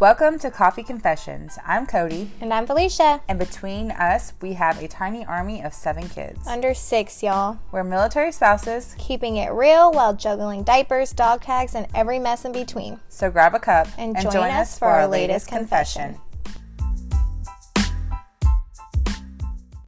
Welcome to Coffee Confessions. I'm Cody, And I'm Felicia. and between us, we have a tiny army of seven kids. Under six, y'all. We're military spouses, Keeping it real while juggling diapers, dog tags, and every mess in between. so grab a cup And, join, us for our latest confession.